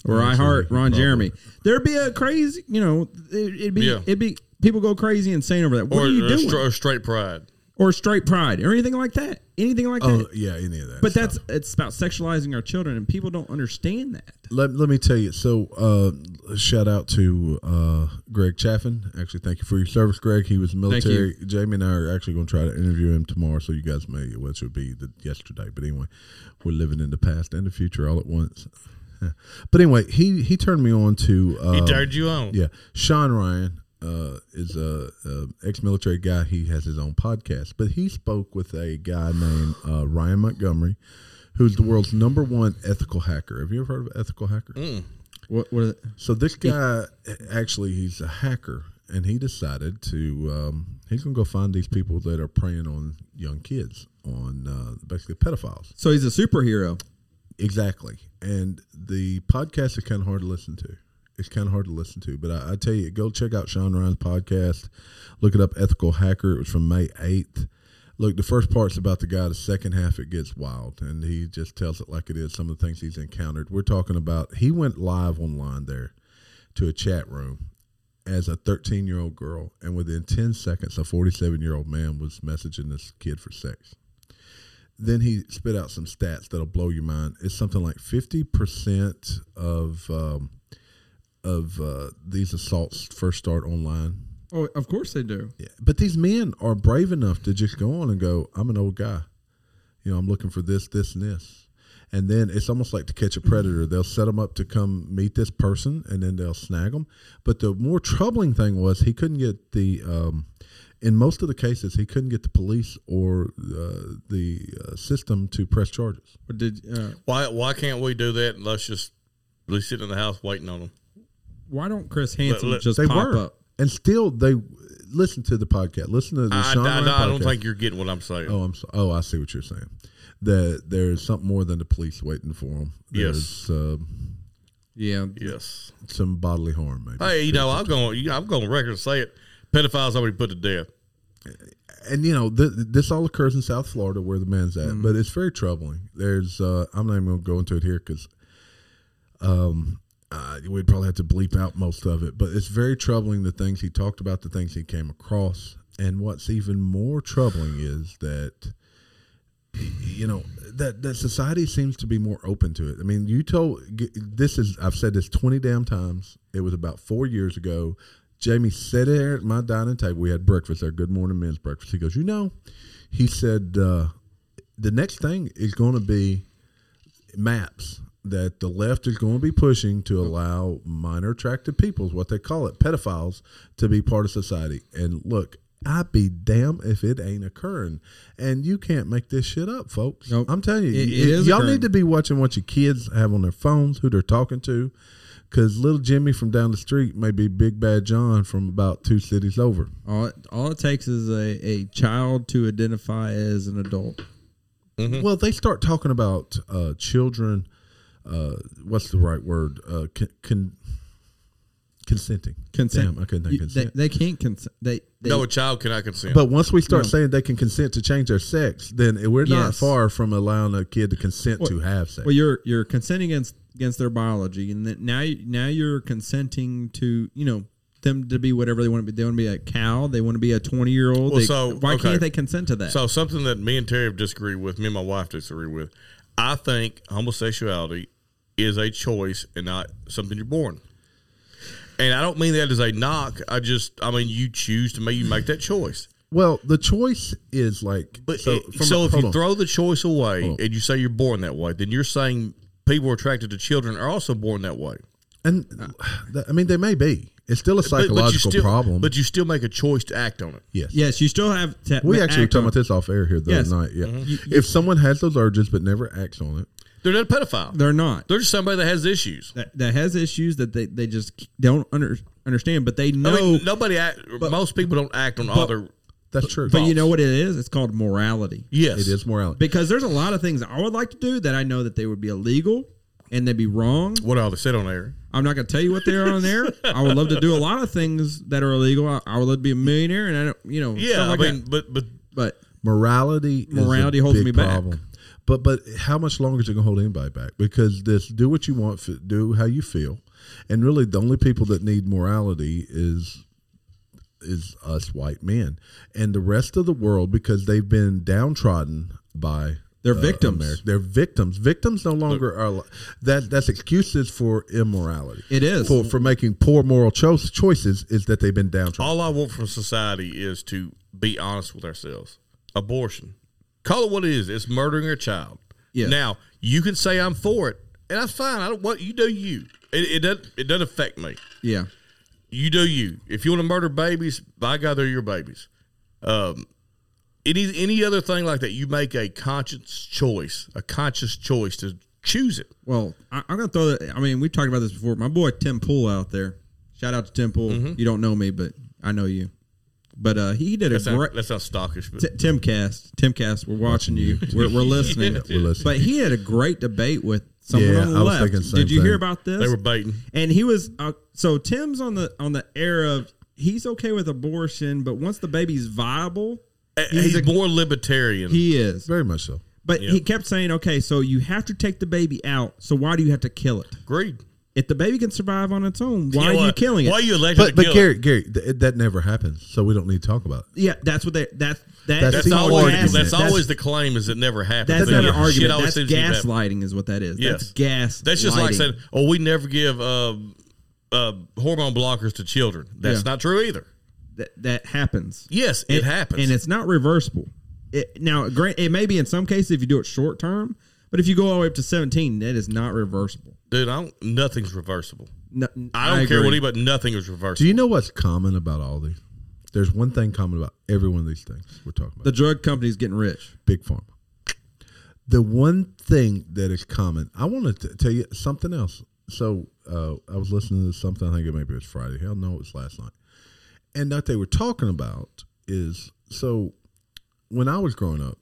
Speaker 3: or "I heart Ron Jeremy." There'd be a crazy. You know, it, it'd be
Speaker 2: Yeah.
Speaker 3: it'd be people go crazy insane over that. What
Speaker 2: or,
Speaker 3: are you
Speaker 2: or
Speaker 3: doing?
Speaker 2: stra- or straight pride.
Speaker 3: or straight pride or anything like that. Anything like
Speaker 1: Oh
Speaker 3: that.
Speaker 1: yeah, any of that.
Speaker 3: But that's it's about sexualizing our children, and people don't understand that.
Speaker 1: let, let me tell you. So, uh, shout out to uh, Greg Chaffin. Actually, thank you for your service, Greg. He was military. Jamie and I are actually going to try to interview him tomorrow, so you guys may, which would be the, yesterday. But anyway, we're living in the past and the future all at once. (laughs) But anyway, he he turned me on to. Uh,
Speaker 2: He turned you on.
Speaker 1: yeah, Sean Ryan uh, is a, a ex-military guy. He has his own podcast, but he spoke with a guy named uh, Ryan Montgomery, who's the world's number one ethical hacker. Have you ever heard of ethical hacker?
Speaker 3: What? what are the-
Speaker 1: So this guy, actually, he's a hacker, and he decided to um, he's going to go find these people that are preying on young kids, on uh, basically pedophiles.
Speaker 3: so he's a superhero.
Speaker 1: Exactly. And the podcast is kind of hard to listen to. It's kind of hard to listen to, but I, I tell you, go check out Sean Ryan's podcast. Look it up, Ethical Hacker. It was from May eighth. Look, the first part's about the guy. The second half, it gets wild, and he just tells it like it is. Some of the things he's encountered. We're talking about. He went live online there to a chat room as a 13 year old girl, and within 10 seconds, a 47 year old man was messaging this kid for sex. Then he spit out some stats that'll blow your mind. It's something like fifty percent of um, of uh, these assaults first start online.
Speaker 3: Oh, of course they do.
Speaker 1: Yeah, but these men are brave enough to just go on and go, I'm an old guy. You know, I'm looking for this, this, and this. And then it's almost like to catch a predator. They'll set him up to come meet this person and then they'll snag him. But the more troubling thing was he couldn't get the, um, in most of the cases, he couldn't get the police or uh, the uh, system to press charges.
Speaker 3: But did uh,
Speaker 2: Why why can't we do that? And let's just we sit in the house waiting on them.
Speaker 3: why don't Chris Hansen
Speaker 2: let-
Speaker 3: just
Speaker 1: They
Speaker 3: pop
Speaker 1: were.
Speaker 3: up?
Speaker 1: And still, they listen to the podcast. Listen to the
Speaker 2: I, I,
Speaker 1: Sean
Speaker 2: I-
Speaker 1: Ryan
Speaker 2: I don't
Speaker 1: podcast.
Speaker 2: think you're getting what I'm saying.
Speaker 1: Oh, I'm so, oh, I see what you're saying. That there's something more than the police waiting for them.
Speaker 2: Yes.
Speaker 1: There's uh,
Speaker 3: Yeah,
Speaker 2: Yes.
Speaker 1: some bodily harm, maybe.
Speaker 2: Hey, you know I'm going. I'm going record and say it. Pedophiles already put to death.
Speaker 1: And you know, th- this all occurs in South Florida where the man's at, but it's very troubling. There's, uh, I'm not even going to go into it here because, um, uh, we'd probably have to bleep out most of it. But it's very troubling the things he talked about, the things he came across, and what's even more troubling is that you know that that society seems to be more open to it. I mean, you told g- this is I've said this twenty damn times. It was about four years ago. Jamie sat there at my dining table. We had breakfast there. Good morning, men's breakfast. He goes, you know, he said uh, the next thing is going to be maps that the left is going to be pushing to allow minor attractive peoples, what they call it, pedophiles, to be part of society. And look, I'd be damn if it ain't occurring. And you can't make this shit up, folks.
Speaker 3: Nope.
Speaker 1: I'm telling you,
Speaker 3: It-
Speaker 1: y-
Speaker 3: it is
Speaker 1: y'all
Speaker 3: occurring.
Speaker 1: need to be watching what your kids have on their phones, who they're talking to, because little Jimmy from down the street may be Big Bad John from about two cities over.
Speaker 3: all it, all it takes is a, a child to identify as an adult. Hmm.
Speaker 1: Well, they start talking about uh, children. Uh, what's the right word? Uh, con- con- consenting.
Speaker 3: Consent.
Speaker 1: Damn, I couldn't
Speaker 3: You-
Speaker 1: think
Speaker 3: they,
Speaker 1: consent.
Speaker 3: they can't consent. They, they
Speaker 2: No, a child cannot consent.
Speaker 1: but once we start
Speaker 3: No.
Speaker 1: saying they can consent to change their sex, then we're not
Speaker 3: Yes.
Speaker 1: far from allowing a kid to consent to have sex.
Speaker 3: well, you're you're consenting against against their biology, and then now you- now you're consenting to you know them to be whatever they want to be. They want to be a cow. They want to be a twenty year old.
Speaker 2: Well,
Speaker 3: They-
Speaker 2: so,
Speaker 3: why
Speaker 2: okay.
Speaker 3: can't they consent to that?
Speaker 2: So something that me and Terry have disagreed with, me and my wife disagree with. I think homosexuality is a choice and not something you're born. And I don't mean that as a knock. I just, I mean, you choose to make you make that choice.
Speaker 1: well, the choice is like
Speaker 2: But
Speaker 1: so.
Speaker 2: so,
Speaker 1: from a-
Speaker 2: so if
Speaker 1: hold
Speaker 2: you
Speaker 1: on.
Speaker 2: throw the choice away and you say you're born that way, then you're saying people attracted to children are also born that way.
Speaker 1: and th- I mean, they may be. It's still a
Speaker 2: But-
Speaker 1: psychological
Speaker 2: but you still,
Speaker 1: problem.
Speaker 2: But you still make a choice to act on it.
Speaker 1: yes,
Speaker 3: yes, you still have. To
Speaker 1: we actually were
Speaker 3: act
Speaker 1: talking
Speaker 3: on-
Speaker 1: about this off air here the
Speaker 3: Yes. Mm-hmm.
Speaker 1: other night. Yeah, if someone has those urges but never acts on it,
Speaker 2: They're not a pedophile. They're,
Speaker 3: They're not.
Speaker 2: just somebody that has issues.
Speaker 3: that, that has issues that they, they just don't under, understand, but they know.
Speaker 2: I mean, nobody, act, most people don't act on all their.
Speaker 1: that's true.
Speaker 3: but you know what it is? It's called morality.
Speaker 2: Yes,
Speaker 1: it is morality.
Speaker 3: Because there's a lot of things I would like to do that I know that they would be illegal and they'd be wrong.
Speaker 2: What all they said on air?
Speaker 3: I'm not going to tell you what they are on there.
Speaker 1: (laughs)
Speaker 3: I would love to do a lot of things that are illegal. I, I would love to be a millionaire, and I don't, you know,
Speaker 2: Yeah,
Speaker 3: stuff like
Speaker 2: I mean,
Speaker 3: that.
Speaker 2: but but
Speaker 3: but
Speaker 1: morality
Speaker 3: Morality
Speaker 1: is a
Speaker 3: holds
Speaker 1: big
Speaker 3: me back.
Speaker 1: problem. But but how much longer is it going to hold anybody back? Because this do what you want, f- do how you feel, and really the only people that need morality is is us white men and the rest of the world because they've been downtrodden by
Speaker 3: They're victims.
Speaker 1: America. They're victims. Victims no longer are li- that. That's excuses for immorality.
Speaker 3: It is.
Speaker 1: for for making poor moral cho- choices is that they've been downtrodden.
Speaker 2: all I want from society is to be honest with ourselves. Abortion, call it what it is. It's murdering a child.
Speaker 3: Yeah.
Speaker 2: Now you can say I'm for it, and that's fine. I don't want you do you. It, it doesn't it doesn't affect me.
Speaker 3: yeah,
Speaker 2: You do you. If you want to murder babies, by God, they're your babies. Um, any any other thing like that, you make a conscious choice, a conscious choice to choose it.
Speaker 3: Well, I, I'm going to throw that. I mean, we've talked about this before. My boy Tim Pool out there. Shout out to Tim Pool.
Speaker 1: Mm-hmm.
Speaker 3: You don't know me, but I know you. But uh, he did a
Speaker 2: That's not,
Speaker 3: great.
Speaker 2: that's not stockish, but
Speaker 3: T- Tim Cast. Tim Cast, we're watching
Speaker 1: (laughs)
Speaker 3: you. We're, we're listening.
Speaker 1: We're listening.
Speaker 3: But he had a great debate with someone
Speaker 1: Yeah,
Speaker 3: on
Speaker 1: I
Speaker 3: the
Speaker 1: was
Speaker 3: left.
Speaker 1: thinking the same
Speaker 3: Did you
Speaker 1: thing.
Speaker 3: hear about this?
Speaker 2: they were baiting.
Speaker 3: and he was uh, so Tim's on the on the air of he's okay with abortion, but once the baby's viable,
Speaker 2: He's,
Speaker 3: a-
Speaker 2: more libertarian.
Speaker 3: he is.
Speaker 1: Very much so.
Speaker 3: But he kept saying, okay, so you have to take the baby out. So why do you have to kill it?
Speaker 2: Greed.
Speaker 3: If the baby can survive on its own, why
Speaker 2: know
Speaker 3: are you
Speaker 2: what?
Speaker 3: killing it?
Speaker 2: Why are you elected
Speaker 1: But
Speaker 2: to
Speaker 1: but
Speaker 2: kill
Speaker 1: Gary Gary th- that never happens, so we don't need to talk about it.
Speaker 3: Yeah, that's what they. That's that,
Speaker 1: That's
Speaker 3: that's,
Speaker 1: the
Speaker 2: it?
Speaker 1: argument.
Speaker 3: always
Speaker 2: Always,
Speaker 3: that's,
Speaker 2: that's,
Speaker 3: that's-
Speaker 2: always the claim is it never happens.
Speaker 3: That's
Speaker 2: But
Speaker 3: not an
Speaker 2: yeah, shit
Speaker 3: argument.
Speaker 2: always
Speaker 3: That's
Speaker 2: seems to be happening.
Speaker 3: gaslighting, is what that is.
Speaker 2: Yes.
Speaker 3: That's gas.
Speaker 2: That's just like
Speaker 3: lighting.
Speaker 2: saying, oh, we never give uh, uh, hormone blockers to children. That's
Speaker 3: Yeah.
Speaker 2: not true either.
Speaker 3: that, that happens.
Speaker 2: Yes, it, happens.
Speaker 3: and it's not reversible. It, now, grant it may be in some cases if you do it short term, but if you go all the way up to seventeen, that is not reversible.
Speaker 2: Dude, I don't, nothing's reversible.
Speaker 3: No,
Speaker 2: I don't care
Speaker 3: agree.
Speaker 2: what anybody, nothing is
Speaker 1: Do
Speaker 2: reversible.
Speaker 1: you know what's common about all these? There's one thing common about every one of these things we're talking about.
Speaker 3: the drug company's getting rich.
Speaker 1: big pharma. The one thing that is common, I want to tell you something else. So uh, I was listening to something. I think it maybe it was Friday. Hell no, it was last night. And that they were talking about is so when I was growing up,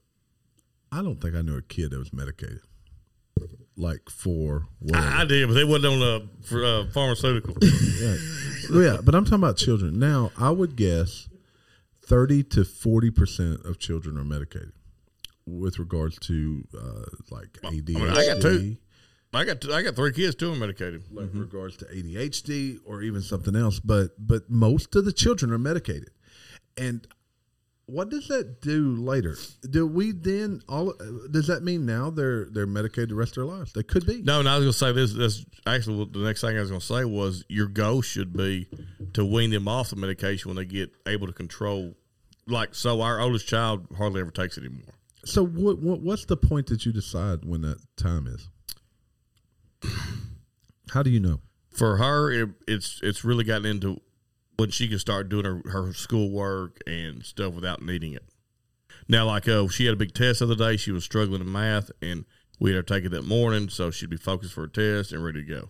Speaker 1: I don't think I knew a kid that was medicated, like for whatever.
Speaker 2: I did, but they wasn't on a for, uh, pharmaceutical. (laughs)
Speaker 1: Well, Oh, yeah, but I'm talking about children. Now, I would guess 30 to 40% of children are medicated with regards to uh, like ADHD.
Speaker 2: mean, I got two. I got I got three kids, two are medicated.
Speaker 1: Like regards to ADHD or even something else, but but most of the children are medicated. And what does that do later? Do we then all does that mean now they're they're medicated the rest of their lives? They could be.
Speaker 2: No, and I was going to say this. That's actually what the next thing I was going to say was your goal should be to wean them off the medication when they get able to control. Like, so our oldest child hardly ever takes it anymore.
Speaker 1: So what, what what's the point that you decide when that time is? How do you know?
Speaker 2: For her, it, it's it's really gotten into when she can start doing her her schoolwork and stuff without needing it. Now, like, oh, she had a big test the other day. She was struggling in math, and we had her take it that morning, so she'd be focused for a test and ready to go.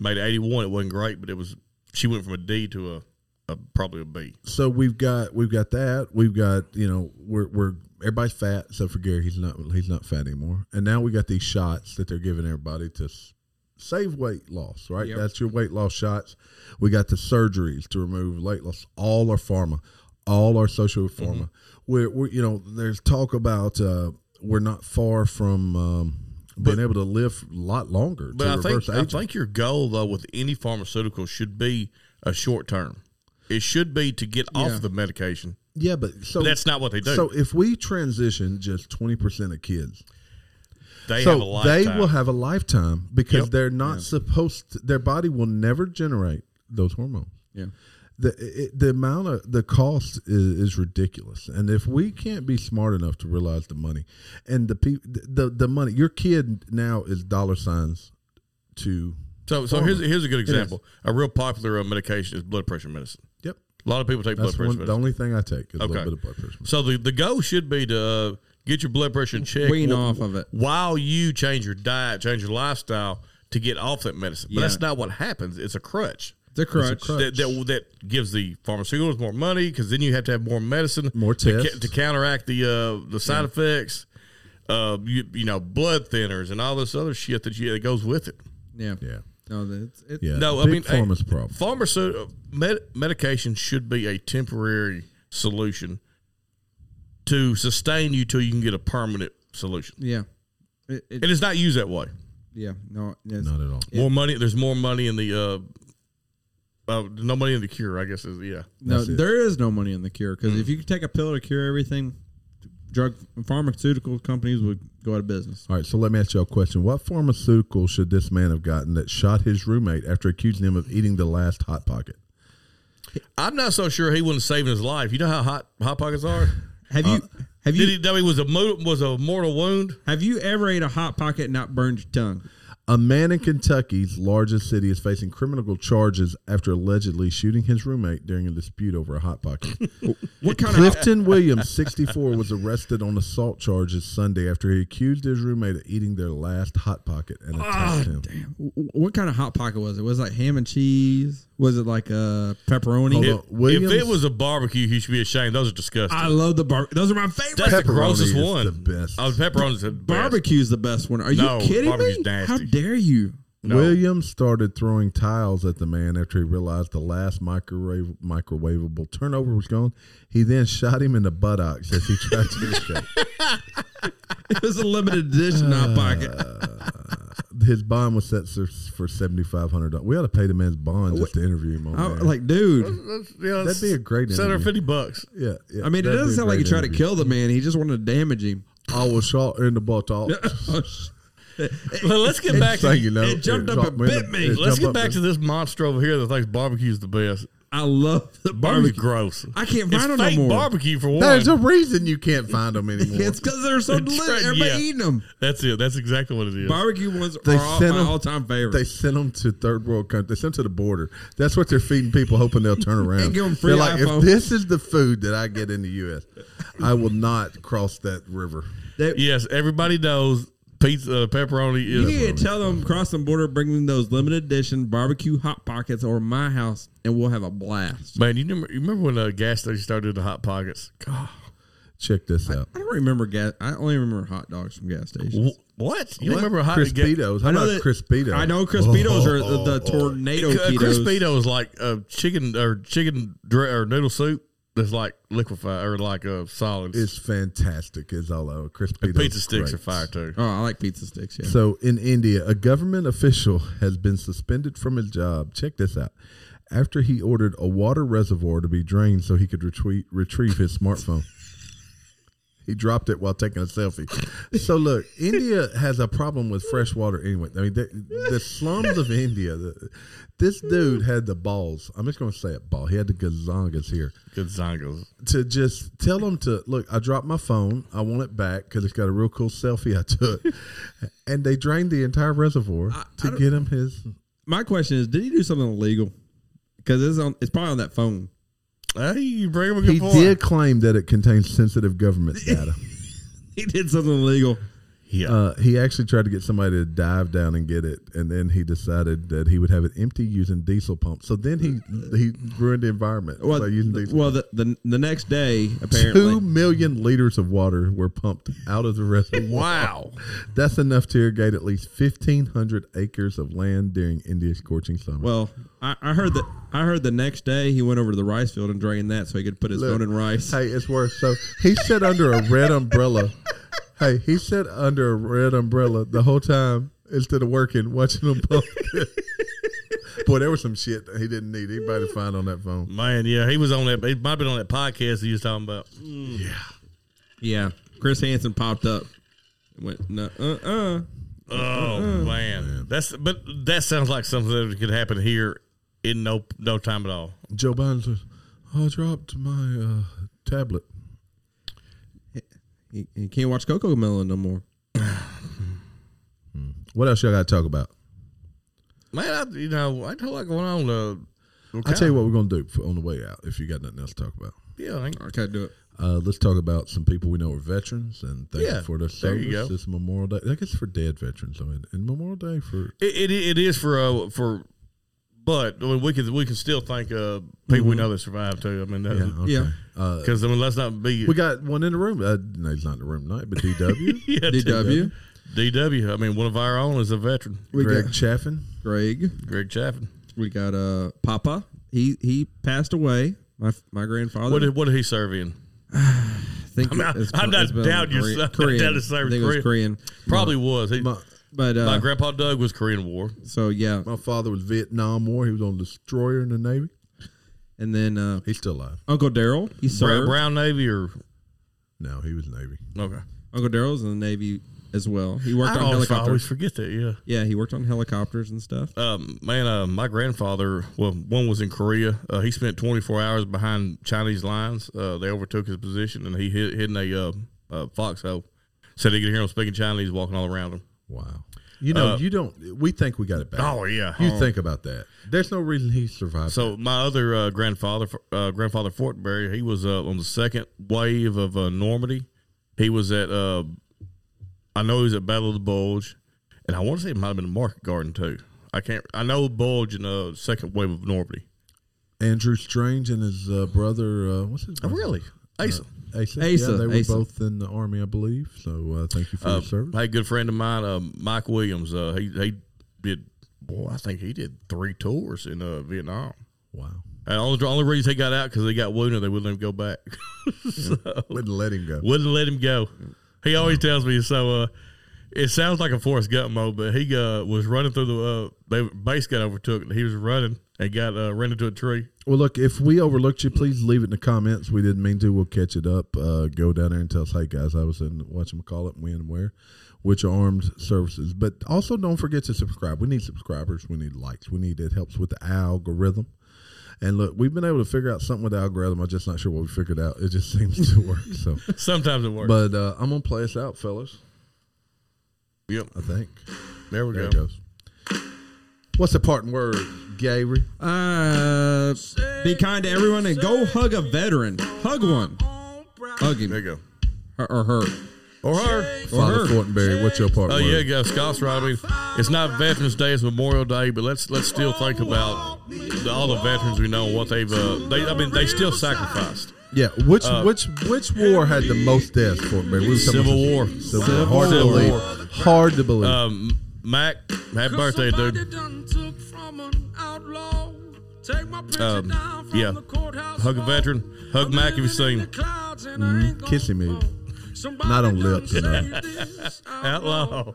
Speaker 2: Made eighty one. It wasn't great, but it was. She went from a D to a, a probably a B.
Speaker 1: So we've got we've got that. We've got you know we're we're everybody's fat. So for Gary, he's not he's not fat anymore. And now we got these shots that they're giving everybody to s- save weight loss. Right, that's your weight loss shots. We got the surgeries to remove weight loss. All our pharma, all our social
Speaker 2: Mm-hmm.
Speaker 1: pharma. We're, we're you know there's talk about uh, we're not far from. Um, being able to live a lot longer
Speaker 2: But
Speaker 1: to
Speaker 2: I
Speaker 1: reverse
Speaker 2: think I
Speaker 1: aging.
Speaker 2: think your goal though with any pharmaceutical should be a short term. It should be to get off the medication.
Speaker 1: Yeah, but so
Speaker 2: But that's not what they do.
Speaker 1: So if we transition just twenty percent of kids,
Speaker 2: They have a
Speaker 1: so
Speaker 2: lifetime.
Speaker 1: they will have a lifetime because
Speaker 2: Yep.
Speaker 1: they're not supposed. To, their body will never generate those hormones.
Speaker 3: Yeah.
Speaker 1: The it, the amount of the cost is, is ridiculous, and if we can't be smart enough to realize the money, and the peop the the money, your kid now is dollar signs to
Speaker 2: so so here's here's a good example. A real popular uh, medication is blood pressure medicine.
Speaker 1: yep.
Speaker 2: A lot of people take blood
Speaker 1: That's
Speaker 2: pressure
Speaker 1: one, the
Speaker 2: medicine.
Speaker 1: only thing I take is a
Speaker 2: Okay.
Speaker 1: little bit of blood pressure.
Speaker 2: So the, the goal should be to uh, get your blood pressure in check
Speaker 3: Wean
Speaker 2: wh-
Speaker 3: off of it.
Speaker 2: while you change your diet, change your lifestyle to get off that medicine. But
Speaker 3: Yeah.
Speaker 2: that's not what happens. It's a crutch.
Speaker 3: It's a crutch.
Speaker 2: that, that that gives the pharmaceuticals more money because then you have to have more medicine,
Speaker 1: More
Speaker 2: to,
Speaker 1: tests.
Speaker 2: to counteract the uh, the side effects. Uh, you, you know, blood thinners and all this other shit that you, that goes with it.
Speaker 3: Yeah.
Speaker 1: Yeah,
Speaker 3: No, that's it,
Speaker 1: yeah.
Speaker 2: No, I
Speaker 1: Big
Speaker 2: mean, hey,
Speaker 1: pharma's problem.
Speaker 2: Pharmaceutical med, medication should be a temporary solution to sustain you till you can get a permanent solution.
Speaker 3: Yeah. It, it-
Speaker 2: It is not used that way.
Speaker 3: yeah. No. It's,
Speaker 1: Not at all.
Speaker 2: More money. There's more money in the. Uh, uh, no money in the cure. I guess is yeah.
Speaker 3: No,
Speaker 1: That's it.
Speaker 3: there is no money in the cure because if you take a pill to cure everything, drug pharmaceutical companies would go out of business.
Speaker 1: All right, so let me ask y'all a question. What pharmaceutical should this man have gotten that shot his roommate after accusing him of eating the last Hot Pocket?
Speaker 2: I'm not so sure he wasn't saving his life. You know how hot hot pockets
Speaker 1: (sighs)
Speaker 2: are.
Speaker 3: Have you have you
Speaker 2: Did he? I mean, was a mo- was a mortal wound.
Speaker 3: have you ever ate a hot pocket and not burned your tongue?
Speaker 1: A man in Kentucky's largest city is facing criminal charges after allegedly shooting his roommate during a dispute over a Hot Pocket.
Speaker 3: What kind of
Speaker 1: Clifton Williams, 64, was arrested on assault charges Sunday after he accused his roommate of eating their last Hot Pocket and attacked him.
Speaker 3: what kind of hot pocket was it? Was it like ham and cheese? Was it like a pepperoni?
Speaker 1: Hold on. Uh, Williams-
Speaker 2: If it was a barbecue, he should be ashamed. Those are disgusting.
Speaker 3: I love the bar. Those are my
Speaker 2: That's
Speaker 3: favorite.
Speaker 2: the
Speaker 1: Pepperoni
Speaker 2: grossest
Speaker 1: is
Speaker 2: one.
Speaker 1: the best.
Speaker 2: Oh, pepperoni's the best.
Speaker 3: Barbecue's the best one. Are you
Speaker 2: No,
Speaker 3: kidding me?
Speaker 2: barbecue's nasty.
Speaker 3: How dare you? (laughs)
Speaker 2: No.
Speaker 1: Williams started throwing tiles at the man after he realized the last microwave microwavable turnover was gone. He then shot him in the buttocks as he tried to escape. (laughs) Ah,
Speaker 3: It was a limited edition hot pocket.
Speaker 1: his bond was set for, for seventy five hundred dollars. We ought to pay the man's bond just to interview him. On
Speaker 3: I-
Speaker 1: there.
Speaker 3: like, dude.
Speaker 2: That's- yeah,
Speaker 1: That'd be a great
Speaker 2: Send her
Speaker 1: interview. (laughs)
Speaker 2: fifty bucks.
Speaker 1: yeah, yeah,
Speaker 3: I mean,
Speaker 1: that'd be
Speaker 3: it doesn't
Speaker 1: a
Speaker 3: sound like you
Speaker 1: great
Speaker 3: try to
Speaker 1: interview.
Speaker 3: kill the man. He just wanted to damage him.
Speaker 1: I was shot in the buttock.
Speaker 3: (laughs)
Speaker 2: Well, let's get back.
Speaker 1: Thank
Speaker 2: To,
Speaker 1: you. Know,
Speaker 3: it jumped up
Speaker 1: dropped
Speaker 3: and
Speaker 1: in the-
Speaker 3: bit me.
Speaker 1: it
Speaker 2: let's
Speaker 1: jumped
Speaker 2: get
Speaker 1: up
Speaker 2: back
Speaker 1: in-
Speaker 2: to this monster over here that thinks barbecue's the best.
Speaker 3: I love the
Speaker 2: Barbecue's
Speaker 3: barbecue.
Speaker 2: gross.
Speaker 3: I can't
Speaker 2: It's
Speaker 3: find it no
Speaker 2: fake
Speaker 3: more.
Speaker 2: barbecue for one.
Speaker 1: There's a reason you can't find them anymore.
Speaker 3: It's because they're so delicious.
Speaker 2: right,
Speaker 3: Everybody
Speaker 2: yeah.
Speaker 3: eating them.
Speaker 2: That's it. That's exactly what it is.
Speaker 3: Barbecue ones
Speaker 1: They
Speaker 3: are all,
Speaker 1: sent
Speaker 3: my
Speaker 1: 'em-
Speaker 3: all-time favorite.
Speaker 1: They sent them to third world country. They sent 'em to the border. That's what they're feeding people, hoping they'll
Speaker 3: (laughs)
Speaker 1: turn around.
Speaker 3: And give 'em free
Speaker 1: they're like,
Speaker 3: iPhone.
Speaker 1: if this is the food that I get in the U.S., I will not cross that river.
Speaker 2: yes, everybody knows pizza uh, pepperoni
Speaker 3: You
Speaker 2: is.
Speaker 3: need to tell them cross the border, bring them those limited edition barbecue hot pockets or my house, and we'll have a blast.
Speaker 2: Man, you remember, you remember when uh, gas station started the hot pockets? God,
Speaker 1: Check this out.
Speaker 3: I don't remember gas. I only remember hot dogs from gas stations.
Speaker 2: Wh- what? You don't remember hot ga-
Speaker 1: Crispitos? How
Speaker 3: I know
Speaker 1: about Oh,
Speaker 3: that-
Speaker 1: Crispitos?
Speaker 3: I know Crispitos are the, the tornado
Speaker 2: Uh,
Speaker 3: Crispitos.
Speaker 2: Crispito is like uh, chicken or chicken dre- or noodle soup that's like liquefied or like uh, solids.
Speaker 1: It's fantastic. Is all over Crispitos.
Speaker 2: Pizza sticks are
Speaker 1: great.
Speaker 2: fire too.
Speaker 3: Oh, I like pizza sticks. Yeah.
Speaker 1: So in India, a government official has been suspended from his job. Check this out. After he ordered a water reservoir to be drained so he could retweet, retrieve his smartphone. He dropped it while taking a selfie. So look, India has a problem with fresh water anyway. I mean, the, the slums of India. The, this dude had the balls. I'm just going to say it. Ball. He had the gazongas here
Speaker 2: Good zongos.
Speaker 1: to just tell them to look. I dropped my phone. I want it back because it's got a real cool selfie I took, (laughs) and they drained the entire reservoir to get him his.
Speaker 3: My question is, did he do something illegal? Because it's on. It's probably on that phone. (laughs)
Speaker 2: Hey, Uh, you bring him a good
Speaker 1: He
Speaker 2: point.
Speaker 1: did claim that it contains sensitive
Speaker 3: (laughs)
Speaker 1: government data.
Speaker 3: He did something illegal.
Speaker 2: Yeah.
Speaker 1: Uh, he actually tried to get somebody to dive down and get it, and then he decided that he would have it empty using diesel pumps. So then he he ruined the environment
Speaker 3: Well,
Speaker 1: by using diesel.
Speaker 3: well, the, the the next day
Speaker 1: pumps.
Speaker 3: apparently.
Speaker 1: Two million liters of water were pumped out of the reservoir.
Speaker 2: wow.
Speaker 1: That's enough to irrigate at least 1,500 acres of land during India's scorching summer.
Speaker 3: Well, I, I heard that. I heard the next day he went over to the rice field and drained that so he could put his
Speaker 1: Look,
Speaker 3: phone in rice.
Speaker 1: Hey, it's worse. So he sat under a red umbrella. Hey, he sat under a red umbrella the whole time instead of working, watching them pump. (laughs) Boy, there was some shit that he didn't need anybody to find on that phone.
Speaker 2: Man, yeah, he was on that. He might have been on that podcast he was talking about.
Speaker 3: Yeah, Chris Hansen popped up. and Went no, uh, uh.
Speaker 2: Oh
Speaker 1: Mm-hmm.
Speaker 2: man, that's but that sounds like something that could happen here in no no time at all.
Speaker 1: Joe Biden says, I dropped my uh, tablet.
Speaker 3: He, he can't watch Coco Melon no more.
Speaker 1: What else y'all got to talk about?
Speaker 2: Man, I, you know, I know what's going on. Uh,
Speaker 1: I'll tell you what we're going to do for, on the way out if you got nothing else to talk about.
Speaker 2: yeah, I think-
Speaker 3: I can't do it.
Speaker 1: Uh, let's talk about some people we know are veterans and thank
Speaker 2: Yeah,
Speaker 1: you for their
Speaker 2: there
Speaker 1: service
Speaker 2: you go.
Speaker 1: this Memorial Day. I guess for dead veterans, I mean, and Memorial Day for
Speaker 2: it, it it is for uh for, but I mean, we can we can still thank uh people we know that survived too. I mean,
Speaker 1: Mm-hmm. yeah,
Speaker 2: because
Speaker 1: okay.
Speaker 3: Yeah.
Speaker 1: Uh,
Speaker 2: I mean, let's not be
Speaker 1: we got one in the room. Uh, no, he's not in the room tonight, but (laughs) DW,
Speaker 2: (laughs) yeah,
Speaker 3: DW,
Speaker 2: DW. I mean, one of our own is a veteran,
Speaker 3: we
Speaker 1: Greg
Speaker 3: got
Speaker 1: Chaffin.
Speaker 3: Greg.
Speaker 2: Greg Chaffin.
Speaker 3: We got uh Papa. He he passed away. My my grandfather.
Speaker 2: What did what did he serve in?
Speaker 3: I think
Speaker 2: I'm not-
Speaker 3: it's-
Speaker 2: I'm not
Speaker 3: it's been
Speaker 2: doubting your
Speaker 3: Korean-
Speaker 2: son. (laughs)
Speaker 3: Korean.
Speaker 2: That is so
Speaker 3: I think it was
Speaker 2: Korean.
Speaker 3: Korean.
Speaker 2: Probably was. He,
Speaker 1: My,
Speaker 3: But
Speaker 2: my
Speaker 3: uh,
Speaker 2: grandpa Doug was Korean War.
Speaker 3: so yeah,
Speaker 1: my father was Vietnam War. He was on a destroyer in the Navy.
Speaker 3: and then uh,
Speaker 1: He's still alive.
Speaker 3: Uncle Daryl. He
Speaker 2: Brown,
Speaker 3: served.
Speaker 2: Brown Navy or
Speaker 1: No, he was Navy.
Speaker 2: okay.
Speaker 3: Uncle Daryl's in the Navy as well. He worked
Speaker 2: I
Speaker 3: on
Speaker 2: always, I always
Speaker 3: helicopters.
Speaker 2: forget that. Yeah.
Speaker 3: Yeah, he worked on helicopters and stuff.
Speaker 2: Um, man, uh, my grandfather, well, one was in Korea. Uh, he spent 24 hours behind Chinese lines. Uh, they overtook his position, and he hid, hid in a uh, uh, foxhole. Said he could hear him speaking Chinese, walking all around him.
Speaker 1: Wow. You know, you don't. We think we got it back.
Speaker 2: yeah.
Speaker 1: you think about that. There's no reason he survived.
Speaker 2: So my other uh, grandfather, uh, grandfather Fortenberry, he was uh, on the second wave of uh, Normandy. He was at, uh, I know he was at Battle of the Bulge, and I want to say it might have been the Market Garden too. I can't. I know Bulge and uh, second wave of Normandy.
Speaker 1: Andrew Strange and his uh, brother. Uh, what's his? brother's
Speaker 2: Asa.
Speaker 1: Asa.
Speaker 3: Asa,
Speaker 1: Yeah, they were
Speaker 3: Asa.
Speaker 1: both in the army, I believe. So uh, thank you for
Speaker 2: Uh,
Speaker 1: your service.
Speaker 2: hey, good friend of mine, uh, Mike Williams. Uh, he he did. Boy, I think he did three tours in uh, Vietnam.
Speaker 1: wow.
Speaker 2: And only only reason he got out because they got wounded. They wouldn't let him go back. (laughs) so
Speaker 1: (laughs) Wouldn't let him go.
Speaker 2: wouldn't let him go. He always tells me so. Uh, It sounds like a Forrest Gump mode, but he uh, was running through the. Uh, they base got overtook. And he was running and got uh, ran into a tree.
Speaker 1: Well, look, if we overlooked you, please leave it in the comments. We didn't mean to. We'll catch it up. Uh, go down there and tell us, hey, guys, I was in watching McCall it when and where, which armed services. But also, don't forget to subscribe. We need subscribers. We need likes. We need it helps with the algorithm. And look, we've been able to figure out something with the algorithm. I'm just not sure what we figured out. It just (laughs) seems to work. (laughs) So,
Speaker 2: Sometimes it works.
Speaker 1: but uh, I'm gonna play us out, fellas.
Speaker 2: yep,
Speaker 1: I think
Speaker 2: there we
Speaker 1: there
Speaker 2: go.
Speaker 1: it goes. What's the parting word, Gary?
Speaker 3: Uh, be kind to everyone and go hug a veteran. Hug one. Hug
Speaker 2: There you
Speaker 3: him
Speaker 2: go.
Speaker 3: or, or her.
Speaker 2: Or her.
Speaker 1: Father
Speaker 3: her.
Speaker 1: Fortenberry, what's your parting
Speaker 2: Oh
Speaker 1: word?
Speaker 2: yeah, go Scott's right. I mean, it's not Veterans Day; it's Memorial Day. But let's let's still think about the, all the veterans we know, and what they've. Uh, they, I mean, they still sacrificed.
Speaker 1: Yeah, which which which war had the most deaths for me? We were talking
Speaker 2: Uh, Civil
Speaker 1: about-
Speaker 2: War.
Speaker 1: Civil,
Speaker 2: Civil
Speaker 1: War. Hard
Speaker 2: War.
Speaker 1: to believe. Hard to believe.
Speaker 2: Um, Mac, happy birthday, dude. Um, yeah. Hug a veteran. Hug Mac if you see him.
Speaker 1: Kiss him, maybe. Not on lips, you know.
Speaker 2: (laughs) Outlaw.